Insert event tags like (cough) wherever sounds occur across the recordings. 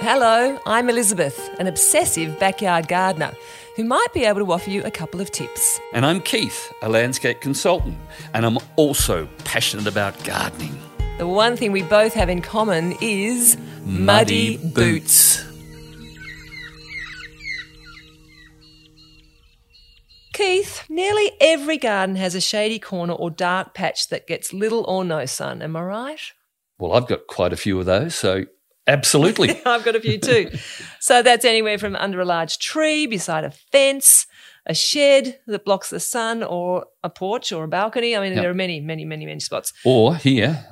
Hello, I'm Elizabeth, an obsessive backyard gardener who might be able to offer you a couple of tips. And I'm Keith, a landscape consultant, and I'm also passionate about gardening. The one thing we both have in common is muddy, boots. Keith, nearly every garden has a shady corner or dark patch that gets little or no sun. Am I right? Well, I've got quite a few of those, so (laughs) absolutely. (laughs) I've got a few too. so that's anywhere from under a large tree, beside a fence, a shed that blocks the sun, or a porch or a balcony. I mean, Yep. there are many, many, many, many spots. or here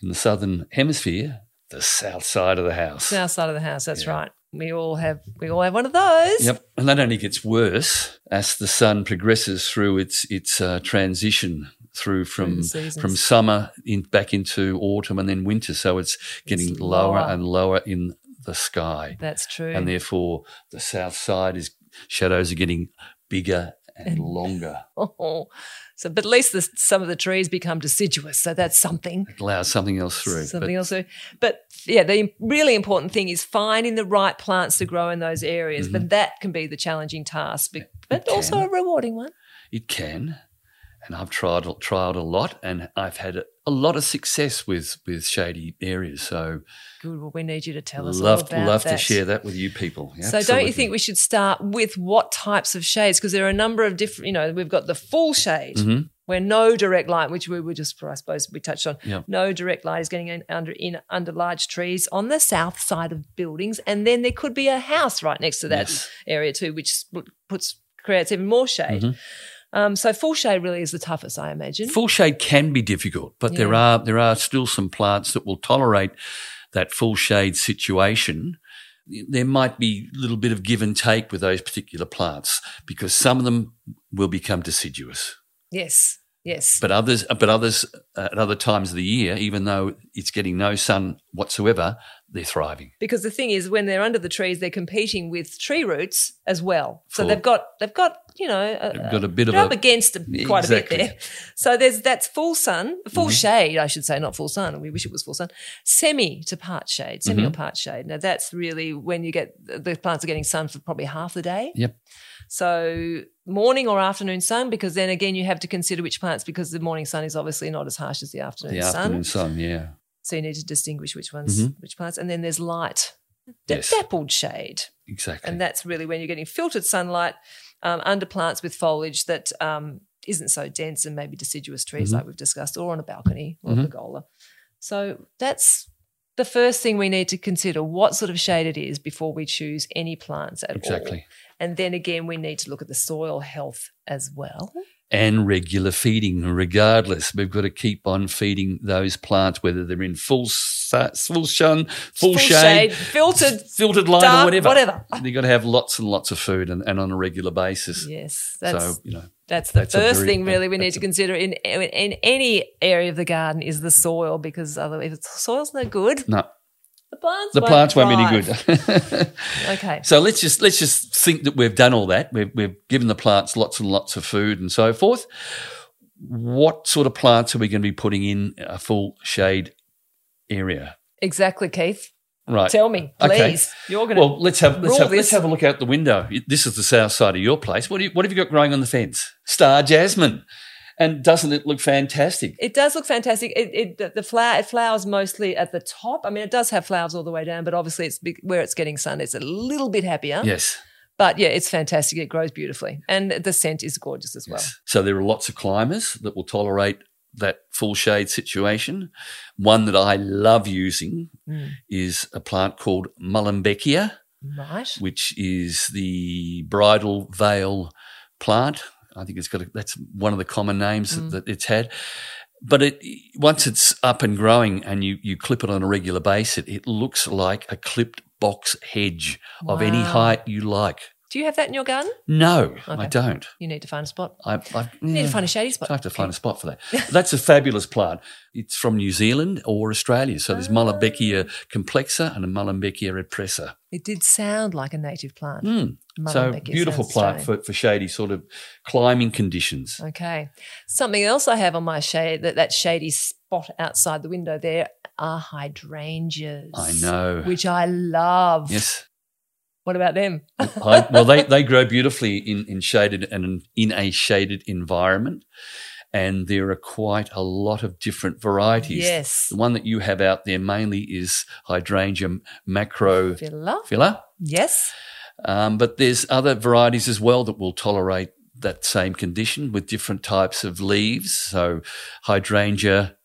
in the southern hemisphere, the south side of the house. South side of the house. That's right. We all have we all have one of those. Yep, and that only gets worse as the sun progresses through its its uh, transition through from the seasons. from summer in, back into autumn and then winter. So it's getting lower. lower and lower in the sky. That's true. and therefore the south side is shadows are getting bigger and longer. (laughs) so, but at least the, some of the trees become deciduous. So that's something. It allows something else through. Something else. to- But yeah, the really important thing is finding the right plants to grow in those areas. Mm-hmm. But that can be the challenging task, but, but also a rewarding one. It can, and I've tried tried a lot, and I've had a, a lot of success with with shady areas. So Good. Well, we need you to tell us all love about love that. to share that with you people. So don't you think we should start with what types of shades? Because there are a number of different, you know, we've got the full shade Mm-hmm. where no direct light, which we were just, I suppose, we touched on. Yeah. No direct light is getting in under in under large trees on the south side of buildings, and then there could be a house right next to that Yes. area too, which sp- puts creates even more shade. Um, so full shade really is the toughest, I imagine. Mm-hmm. full shade can be difficult, but there are there are still some plants that will tolerate that full shade situation. There might be a little bit of give and take with those particular plants because some of them will become deciduous, yes, yes, but others, but others uh, at other times of the year, even though it's getting no sun whatsoever, they're thriving. because the thing is when they're under the trees they're competing with tree roots as well so Sure. they've got they've got you know a, Got a bit of they're up a against quite Exactly. Mm-hmm. a bit there so there's that's full sun full shade i should say not full sun we wish it was full sun semi to part shade semi Mm-hmm. or part shade now that's really when you get the plants are getting sun for probably half the day yep. so morning or afternoon sun because then again you have to consider which plants because the morning sun is obviously not as harsh as the afternoon The sun afternoon sun, yeah. so you need to distinguish which ones which plants and then there's light the Yes. dappled shade Exactly. and that's really when you're getting filtered sunlight um, under plants with foliage that um, isn't so dense and maybe deciduous Mm-hmm. trees like we've discussed, or on a balcony or a pergola. So that's the first thing we need to consider: what sort of shade it is before we choose any plants at all. exactly. And then again, we need to look at the soil health as well. and regular feeding. Regardless, we've got to keep on feeding those plants, whether they're in full su- full sun, full, shade, filtered. filtered light, dark, or whatever. whatever. You've got to have lots and lots of food, and, and on a regular basis. Yes, that's so you know, That's the That's a first very- thing really we that- need to consider in, in in any area of the garden is the soil because otherwise if the soil's no good, no, the plants the won't plants won't thrive. be any good. (laughs) Okay. so let's just let's just think that we've done all that. We've, we've given the plants lots and lots of food and so forth. What sort of plants are we going to be putting in a full shade area? Exactly, Keith. Right. Tell me, Okay. please. You're gonna Well, let's have let's Rule have, this. let's have a look out the window. This is the south side of your place. What do you, what have you got growing on the fence? Star jasmine, and doesn't it look fantastic? It does look fantastic. It, it the- the flower it flowers mostly at the top. I mean, it does have flowers all the way down, but obviously it's big, where it's getting sun. It's a little bit happier. Yes. But yeah, it's fantastic. It grows beautifully, and the scent is gorgeous as well. So there are lots of climbers that will tolerate that full shade situation. One that I love using Mm. is a plant called Mullenbeckia, Right. which is the bridal veil plant. I think it's got a, that's one of the common names Mm. that, that it's had. But it once it's up and growing and you, you clip it on a regular basis, it looks like a clipped box hedge of any height you like. Do you have that in your garden? No, I don't. You need to find a spot. I, I You need to find a shady spot. I have to find a spot for that. But That's a fabulous plant. It's from New Zealand or Australia. So Ah. there's Mullenbeckia complexa and a Mullenbeckia repressa. It did sound like a native plant. Hmm. So Mullenbeckia beautiful sounds plant stunning. for, for shady sort of climbing conditions. Okay. Something else I have on my shade that that shady spot outside the window there are hydrangeas. I know. Which I love. Yes. What about them? I, well, they, they grow beautifully in, in shaded and in a shaded environment. And there are quite a lot of different varieties. yes. The one that you have out there mainly is hydrangea macrophylla. Filler. Yes. Um, but there's other varieties as well that will tolerate that same condition with different types of leaves. So hydrangea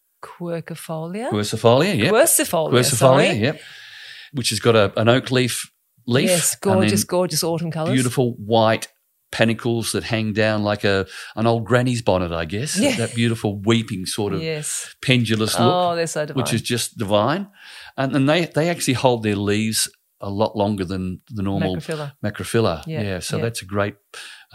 Quercifolia. quercifolia, yeah. Quercifolia. sorry. Quercifolia, yep. Which has got a, an oak leaf leaf. Yes, and then gorgeous, gorgeous autumn colours. Beautiful white panicles that hang down like a an old granny's bonnet, I guess. Yeah. That beautiful weeping sort of Yes. pendulous look Oh, they're so divine. which is just divine. And, and they, they actually hold their leaves a lot longer than the normal Macrophylla. macrophylla. Yeah, Yeah, so yeah. that's a great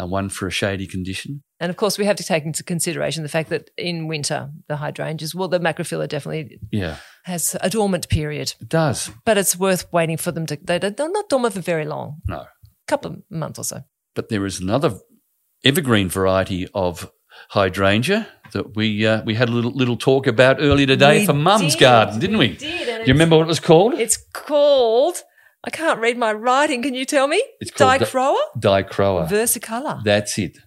uh, one for a shady condition. And of course, we have to take into consideration the fact that in winter, the hydrangeas, well, the macrophylla definitely Yeah, has a dormant period, it does. but it's worth waiting for them to, they, they're not dormant for very long, No. couple of months or so. But there is another evergreen variety of hydrangea that we uh, we had a little, little talk about earlier today We for Mum's did, garden, didn't we? did, and Do you remember what it was called? It's called, I can't read my writing. Can you tell me? It's called the- Dichroa Dicroa. versicolor. that's it.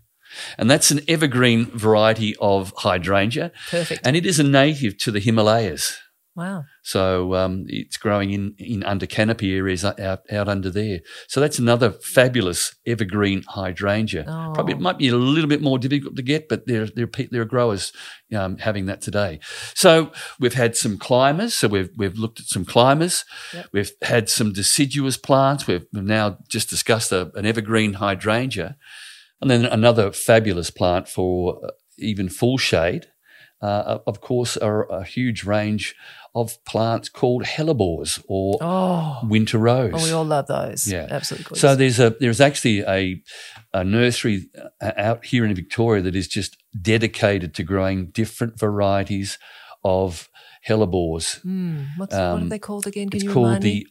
And that's an evergreen variety of hydrangea, Perfect. and it is a native to the Himalayas. Wow. So um, it's growing in, in under canopy areas out, out under there. So that's another fabulous evergreen hydrangea. Oh. Probably it might be a little bit more difficult to get, but there, there, are pe- there are growers um, having that today. So we've had some climbers. So we've, we've looked at some climbers. Yep. We've had some deciduous plants. We've we've now just discussed a, an evergreen hydrangea. And then another fabulous plant for uh, even full shade, uh, of course, are a huge range of plants called hellebores or Oh, winter rose. oh we all love those. Yeah. Absolutely gorgeous. so there's a there's actually a, a nursery uh, out here in Victoria that is just dedicated to growing different varieties of hellebores. Hmm. what's, what are um, they called again? Can It's you called remind me? the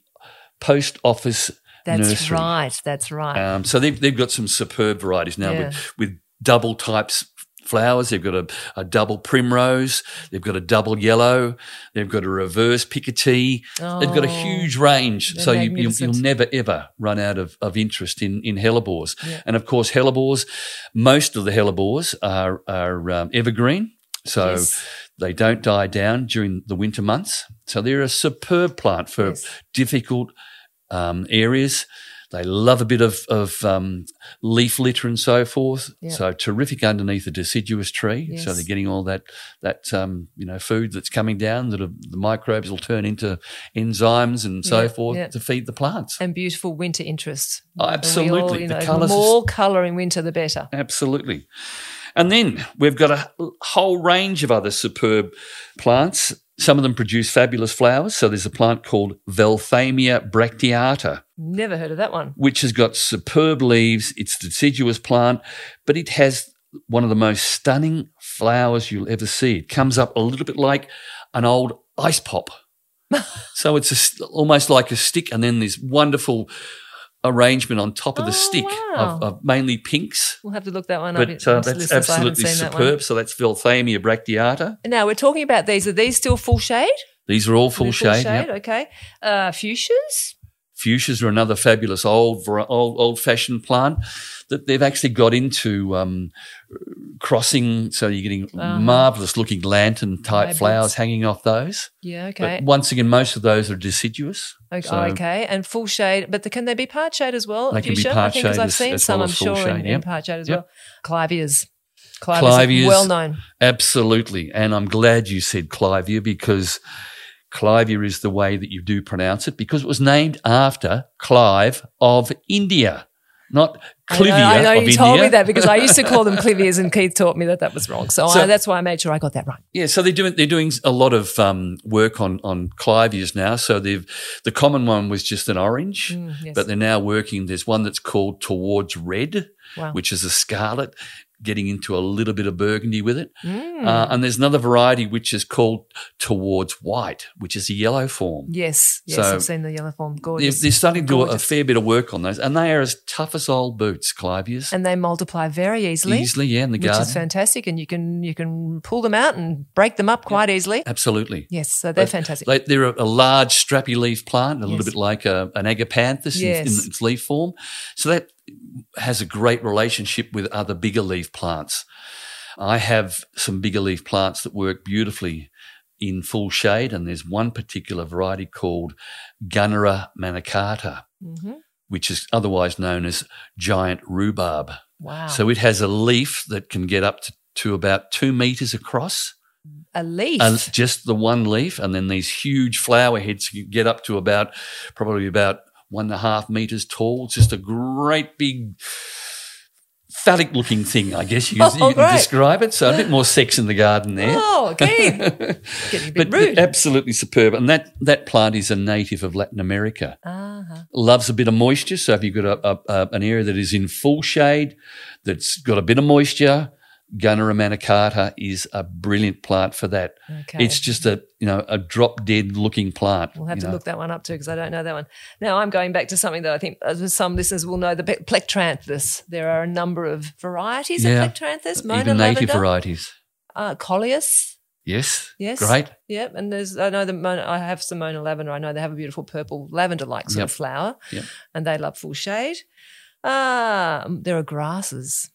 Post Office That's nursery. right. That's right. Um, so they've, they've got some superb varieties now Yeah. with, with double types flowers. They've got a, a double primrose. They've got a double yellow. They've got a reverse picotee. Uh, They've got a Oh, huge range. they're So you, you, magnificent. you'll never, ever run out of, of interest in, in hellebores. Yeah. And of course, hellebores, most of the hellebores are, are um, evergreen. So yes. they don't die down during the winter months. So they're a superb plant for Yes. difficult um, areas. They love a bit of, of um, leaf litter and so forth. Yeah. So terrific underneath a deciduous tree. So Yes. they're getting all that that um, you know food that's coming down that are, the microbes will turn into enzymes and so Yeah, forth yeah. to feed the plants. and beautiful winter interest. Oh, And we absolutely. all, you The know, colours more colour in winter, the better. Absolutely. And then we've got a whole range of other superb plants. Some of them produce fabulous flowers. So there's a plant called Velthamia bracteata, Never heard of that one. which has got superb leaves. It's a deciduous plant, but it has one of the most stunning flowers you'll ever see. It comes up a little bit like an old ice (laughs) pop. so it's a st- almost like a stick, and then this wonderful arrangement on top of the Oh, stick wow. of, of mainly pinks We'll have to look that one up. but It's on uh, the that's list, so I haven't absolutely seen that one. superb. So that's Velthamia bracteata. Now we're talking about these. Are these still full shade? These are all full They're shade. yep. Okay. Uh, fuchsias. Fuchsias are another fabulous old var- old old fashioned plant that they've actually got into um, crossing. So you're getting Uh-huh. marvelous looking lantern type Hybrids. flowers hanging off those. Yeah. But Okay. once again, most of those are deciduous. okay. so- okay. And full shade, but the, can they be part shade as well? They can be Fuchsia? I part think 'cause shade I've as- seen as some, well I'm as full sure, in, shade, in yep. part shade as Yep. well. Clivias. Clivias, Clivias. are well known. Absolutely. And I'm glad you said Clivia because Clivia is the way that you do pronounce it because it was named after Clive of India, not I know- Clivia I know, of you India. told me that because I used to call (laughs) them clivias, and Keith taught me that that was wrong. So, So- I, that's why I made sure I got that right. Yeah, so they're doing they're doing a lot of um, work on on clivias now. So they've the common one was just an orange, Mm, yes. but they're now working. There's one that's called towards red, Wow. which is a scarlet. getting into a little bit of burgundy with it. Mm. Uh, and there's another variety which is called towards white, which is a yellow form. yes, yes, so- I've seen the yellow form. They're, Gorgeous. they're starting to do a Gorgeous. fair bit of work on those, and they are as tough as old boots, Clivius. and they multiply very easily, Easily, yeah, in the which garden. is fantastic. And you can you can pull them out and break them up quite easily. Absolutely. Yes, so they're But fantastic. Like they're a, a large strappy leaf plant, a little Yes. bit like a, an agapanthus in- in, Yes. its leaf form. So that has a great relationship with other bigger leaf plants. I have some bigger leaf plants that work beautifully in full shade, and there's one particular variety called Gunnera manicata, hmm which is otherwise known as giant rhubarb. Wow, So it has a leaf that can get up to, to about two meters across a leaf. and just the one leaf, and then these huge flower heads can get up to about probably about one and a half meters tall. It's just a great big phallic looking thing, I guess you can, Oh, you can great. describe it. So a bit more sex in the garden there. Oh, (laughs) okay. Getting a bit but rude. absolutely superb. And that, that plant is a native of Latin America. uh-huh. Loves a bit of moisture. So if you've got a, a, a, an area that is in full shade, that's got a bit of moisture, Gunnera manicata is a brilliant plant for that. Okay. It's just a you know a drop dead looking plant. We'll have you to know. look that one up too because I don't know that one. Now I'm going back to something that I think uh, some listeners will know the pe- plectranthus. There are a number of varieties Yeah. of plectranthus, Mona even native lavender, varieties. uh, Coleus. Yes. Yes. Great. Yep, and there's I know the Mona, I have some Mona lavender. I know they have a beautiful purple lavender-like sort of Yep. flower, Yep. and they love full shade. Ah, there are grasses.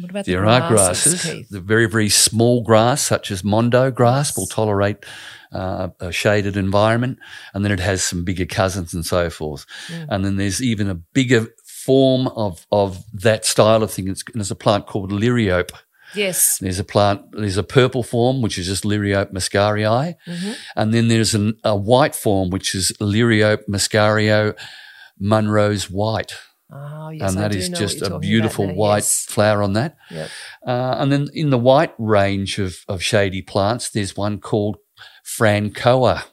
What about There the are grasses. Keith? The very very small grass, such as mondo grass, will tolerate uh, a shaded environment, and then it has some bigger cousins and so forth. Mm. And then there's even a bigger form of of that style of thing. It's, and there's a plant called liriope. Yes. There's a plant. There's a purple form which is just liriope muscarii. hmm And then there's an, a white form, which is Lirio Muscario Munro's White. Oh, yes. and I that do is know what just you're a talking about beautiful now, white yes. flower on that. Yep. Uh, and then in the white range of, of shady plants, there's one called Francoa,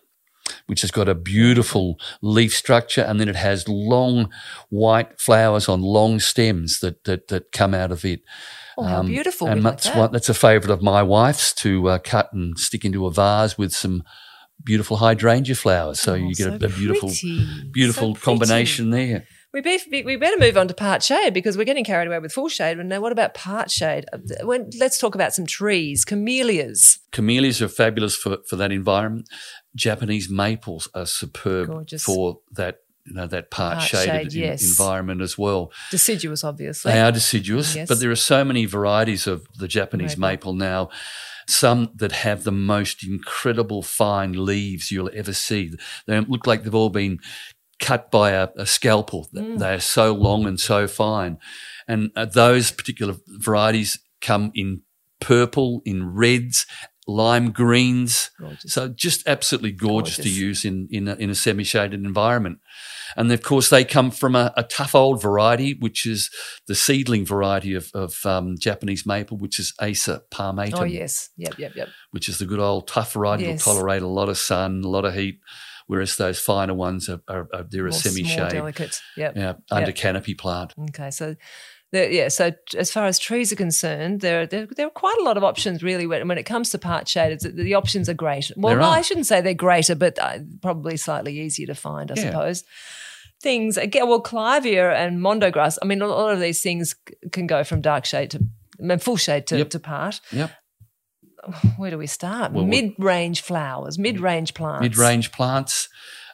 which has got a beautiful leaf structure. And then it has long white flowers on long stems that, that, that come out of it. Oh, how Um, beautiful! And We like that's, that. one, that's a favourite of my wife's to uh, cut and stick into a vase with some beautiful hydrangea flowers. So Oh, you get a, so a beautiful, pretty. beautiful So pretty. combination there. We, be, we better move on to part shade because we're getting carried away with full shade. And now, what about part shade? Uh, th- When, let's talk about some trees, camellias. Camellias are fabulous for, for that environment. Japanese maples are superb Gorgeous. for that. You know, that part, Part shaded shade, en- yes. environment as well. Deciduous, obviously. They are deciduous, Yes. but there are so many varieties of the Japanese Maple. maple. now. Some that have the most incredible fine leaves you'll ever see. They don't look like they've all been cut by a, a scalpel. Th- Mm. They are so long and so fine. And uh, those particular varieties come in purple, in reds, lime greens. Gorgeous. So just absolutely gorgeous, Gorgeous. to use in in a, in a semi-shaded environment, and of course they come from a, a tough old variety, which is the seedling variety of, of um, Japanese maple, which is Acer palmatum, oh, yes. Yep, yep, yep. which is the good old tough variety. that will Yes. tolerate a lot of sun, a lot of heat, whereas those finer ones are, are, are they're a More small, semi-shade, delicate. Yep. yeah, under canopy plant. Okay. So, there, yeah. So, t- as far as trees are concerned, there, there, there are quite a lot of options, really, when, when it comes to part shade. It's, the options are great. Well, There no, are. I shouldn't say they're greater, but uh, probably slightly easier to find, I Yeah. suppose. Things, again, well, clivia and mondo grass, I mean, a lot of these things c- can go from dark shade to I mean, full shade to, Yep. to part. Yep. Where do we start? Well, we- mid range flowers, mid range plants. Mid-range plants,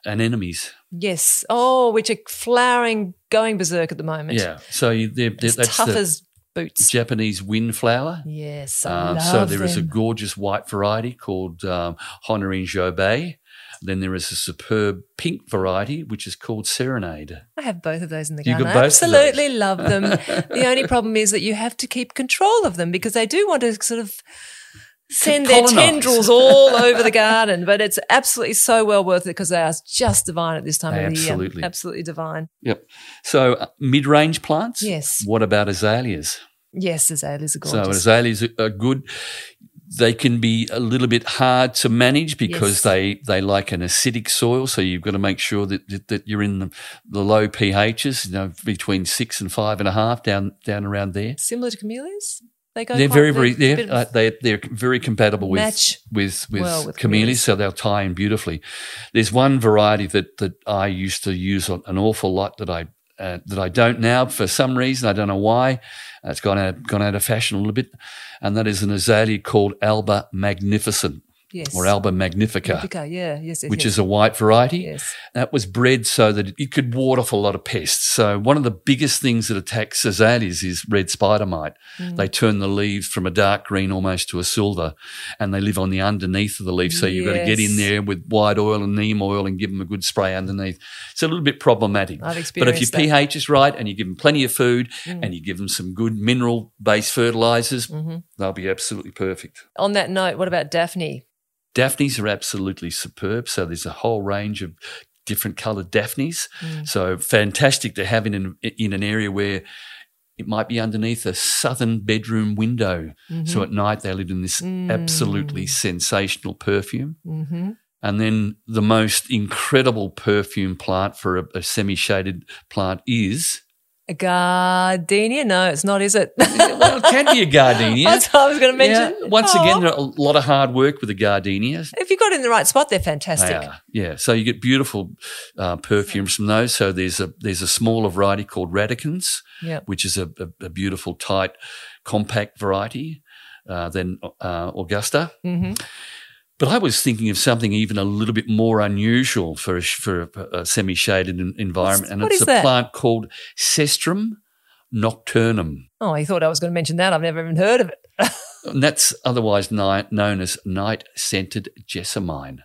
anemones. Yes. Oh, which are flowering, going berserk at the moment. Yeah, so you, they're, they're, As that's tough the as boots. Japanese windflower. Yes, I Um, love so there is a them. gorgeous white variety called um, Honorine Jobay. Then there is a superb pink variety which is called Serenade. I have both of those in the You garden. got I both of those? absolutely love (laughs) them. the only problem is that you have to keep control of them because they do want to sort of send their Colonise. tendrils all over the garden. But it's absolutely so well worth it because they are just divine at this time They of the year. absolutely- Absolutely divine. So uh, mid-range plants. Yes. What about azaleas? Yes, azaleas are So gorgeous. azaleas are- are good. They can be a little bit hard to manage because Yes. they, they like an acidic soil. So you've got to make sure that, that, that you're in the, the low pHs, you know, between six and five and a half down down around there. Similar to camellias? They go. They're quite- very, very, they're a bit yeah, of- uh, they're, they're very compatible with, Match with with well with camellias, camellias. so they'll tie in beautifully. There's one variety that that I used to use on an awful lot that I uh, that I don't now for some reason I don't know why. Uh, It's gone out gone out of fashion a little bit, and that is an azalea called Alba magnificent yes. or Alba magnifica, Okay, yeah, yes, yes, which yes. is a white variety. yes. That was bred so that it could ward off a lot of pests. So one of the biggest things that attacks azaleas is red spider mite. Mm. They turn the leaves from a dark green almost to a silver, and they live on the underneath of the leaf. So you've got to get Yes. in there with white oil and neem oil and give them a good spray underneath. It's a little bit problematic. I've But if your experienced that. Mm. pH is right and you give them plenty of food and you give them some good mineral based fertilizers, they'll be absolutely perfect. Mm-hmm. On that note, what about Daphne? Daphnes are absolutely superb. So there's a whole range of different coloured Daphnes. So fantastic to have in an, in an area where it might be underneath a southern bedroom window. So at night they live in this absolutely sensational perfume. Mm-hmm. And then the most incredible perfume plant for a, a semi-shaded plant is A gardenia? No, it's not, is it? well, it can be a (laughs) gardenia. That's what I was going to mention. Yeah. Once Aw. again, a lot of hard work with the gardenias. if you got in the right spot, they're fantastic. They are, yeah. So you get beautiful uh, perfumes from those. So there's a there's a smaller variety called Radicans, Yeah. which is a, a, a beautiful, tight, compact variety. Uh, then uh, Augusta. Mm-hmm. But I was thinking of something even a little bit more unusual for a, sh- for a, a semi-shaded en- environment, and what it's is a that? plant called Cestrum nocturnum. Oh, you thought I was going to mention that. I've never even heard of it. And that's otherwise ni- known as night scented jessamine.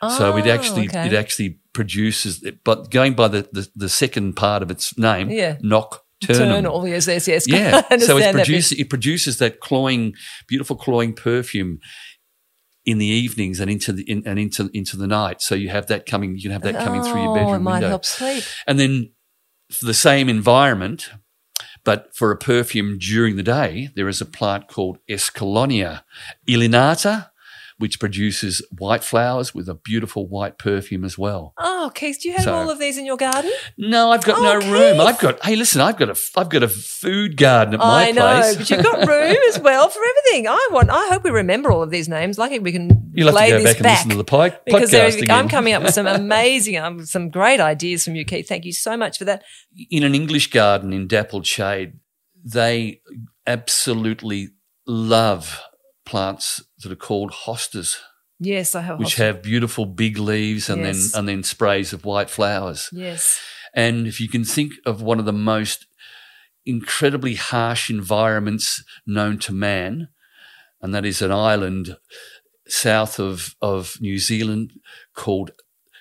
so it Oh, actually okay. it actually produces, but going by the, the, the second part of its name, Yeah. nocturnum. turn (laughs) all yes, yes, yes. Yeah, I so understand that it bit. produces it produces that cloying, beautiful cloying perfume in the evenings and into the in, and into into the night. So you have that coming, you can have that coming through your Oh, bedroom it might window, help sleep. and then for the same environment. But for a perfume during the day, there is a plant called Escalonia illinata, which produces white flowers with a beautiful white perfume as well. Oh, Keith, do you have So- all of these in your garden? No, I've got no Oh, room. Keith. I've got hey, listen, I've got a I've got a food garden at my I know, place. but you've got room as well for everything. I want. I hope we remember all of these names. Lucky we can You'll have lay to go this back and listen to the po- (laughs) because there- podcast again. I'm coming up with (laughs) some amazing, um, some great ideas from you, Keith. Thank you so much for that. in an English garden in dappled shade, they absolutely love plants that are called hostas, Yes, I have. which have beautiful big leaves and Yes. then and then sprays of white flowers. yes, (laughs) And if you can think of one of the most incredibly harsh environments known to man, and that is an island south of, of New Zealand called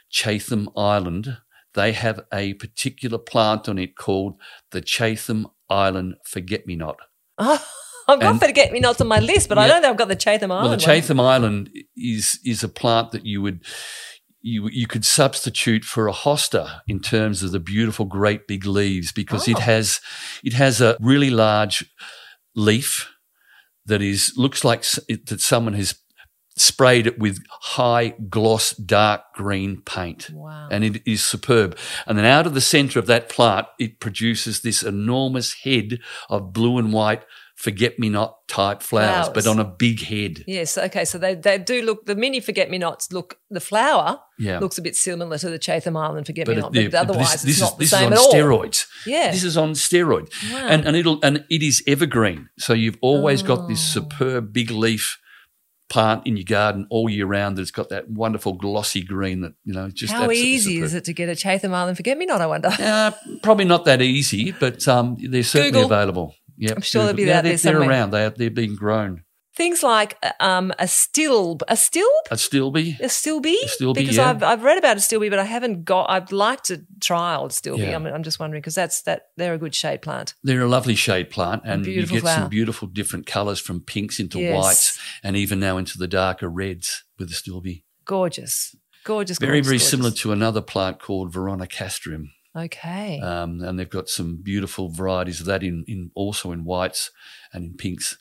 Chatham Island, they have a particular plant on it called the Chatham Island Forget Me Not. oh, I've And- got Forget Me Nots on my list, but I Yeah. don't think I've got the Chatham Island. Well, the one. Chatham Island is is a plant that you would you you could substitute for a hosta in terms of the beautiful great big leaves because it Oh. has it has a really large leaf that is looks like s- it, that someone has sprayed it with high gloss dark green paint Wow. and it is superb. And then out of the center of that plant, it produces this enormous head of blue and white forget me not type flowers, Flowers. but on a big head. Yes. Okay. So they, they do look the mini forget me nots look the flower Yeah. looks a bit similar to the Chatham Island forget me but, it- not, yeah, but otherwise it's this, this is not the this same is at on all. steroids. Yeah. This is on steroids. And and it'll and it is evergreen. So you've always got this Oh. superb big leaf plant in your garden all year round that's got that wonderful glossy green that you know just How absolutely easy superb. is it to get a Chatham Island forget me not? I wonder. (laughs) Uh, probably not that easy, but um, they're certainly Google. available. Yeah, I'm sure they'll be yeah, out they're, there they're somewhere. around. They are, they're being grown. Things like uh, um, a stilb, a stilb, A stilby. a stilby, A stilby, because yeah. I've, I've read about a stilby, but I haven't got. I'd like to trial a stilby. Yeah. I'm, I'm just wondering because that's that they're a good shade plant. They're a lovely shade plant, and you Beautiful get some flower. beautiful different colours from pinks into Yes. whites, and even now into the darker reds with the stilby. Gorgeous, gorgeous, Very, Oh, gorgeous, very gorgeous. similar to another plant called Veronicastrum, Okay, um, and they've got some beautiful varieties of that in, in also in whites and in pinks.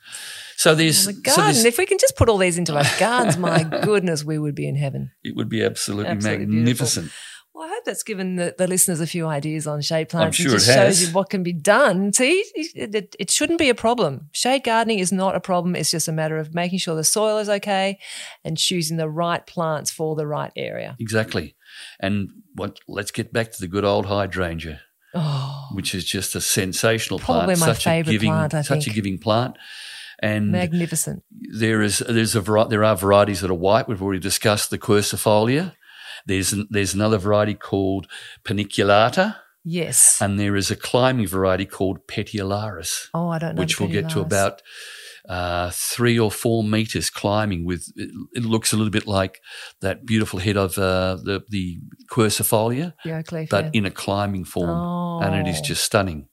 So there's the so garden. there's- if we can just put all (laughs) these into our gardens, my goodness, we would be in heaven. it would be absolutely, Absolutely beautiful. magnificent. Well, I hope that's given the, the listeners a few ideas on shade plants. sure it just it has. shows you what can be done. See, it, it- it shouldn't be a problem. Shade gardening is not a problem. It's just a matter of making sure the soil is okay and choosing the right plants for the right area. Exactly. And what, let's get back to the good old hydrangea, Oh, which is just a sensational Probably plant. my such a favourite giving, plant, I such a think. giving plant. And magnificent. there is there's a vari- there are varieties that are white. We've already discussed the quercifolia. There's an, there's another variety called paniculata, Yes. and there is a climbing variety called petiolaris, Oh, I don't know. which the will get to petiolas. about uh, three or four meters climbing. With it, it looks a little bit like that beautiful head of uh, the the quercifolia, the oak leaf. but yeah. in a climbing form and it is Oh. just stunning.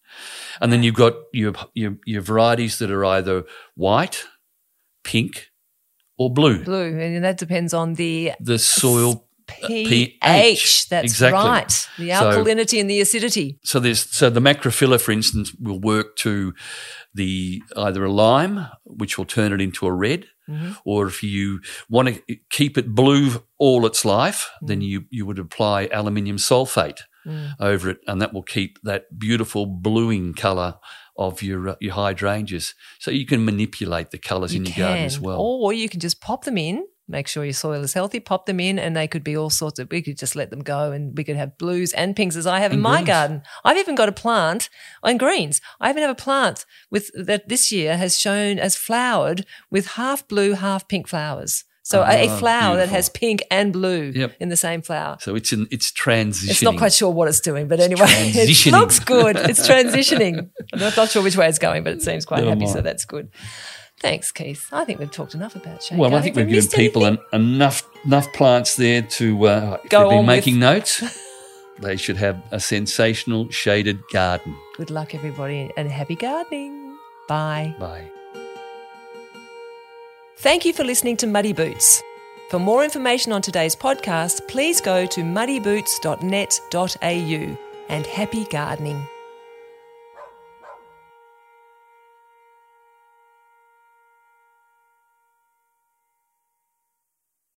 And then you've got your, your your varieties that are either white, pink, or blue. blue, and that depends on the The soil. pH. pH, That's exactly. right. The So- alkalinity and the acidity. So there's so the macrophylla, for instance, will work to the either a lime, which will turn it into a red, Mhm. or if you want to keep it blue all its life, then you you would apply aluminium sulfate Mm. over it, and that will keep that beautiful bluing colour of your uh, your hydrangeas. So you can manipulate the colours in your garden as well. Or you can just pop them in, make sure your soil is healthy, pop them in, and they could be all sorts of. We could just let them go and we could have blues and pinks as I have in And my greens. garden. I've even got a plant and greens. I even have a plant with that this year has shown as flowered with half blue, half pink flowers. So a, Ah, a flower that beautiful. has pink and blue Yep. in the same flower. so it's in, it's transitioning. It's not quite sure what it's doing, but anyway, (laughs) it transitioning. looks good. It's transitioning. (laughs) I'm not not sure which way it's going, but it seems quite Never happy, so mind. that's good. Thanks, Keith. I think we've talked enough about shade. Well, I gardening. think Have we we've given missed people anything? en- enough enough plants there to uh, if Go they've on been (laughs) making notes. They should have a sensational shaded garden. Good luck, everybody, and happy gardening. Bye. Bye. Thank you for listening to Muddy Boots. For more information on today's podcast, please go to muddyboots.net.au and happy gardening.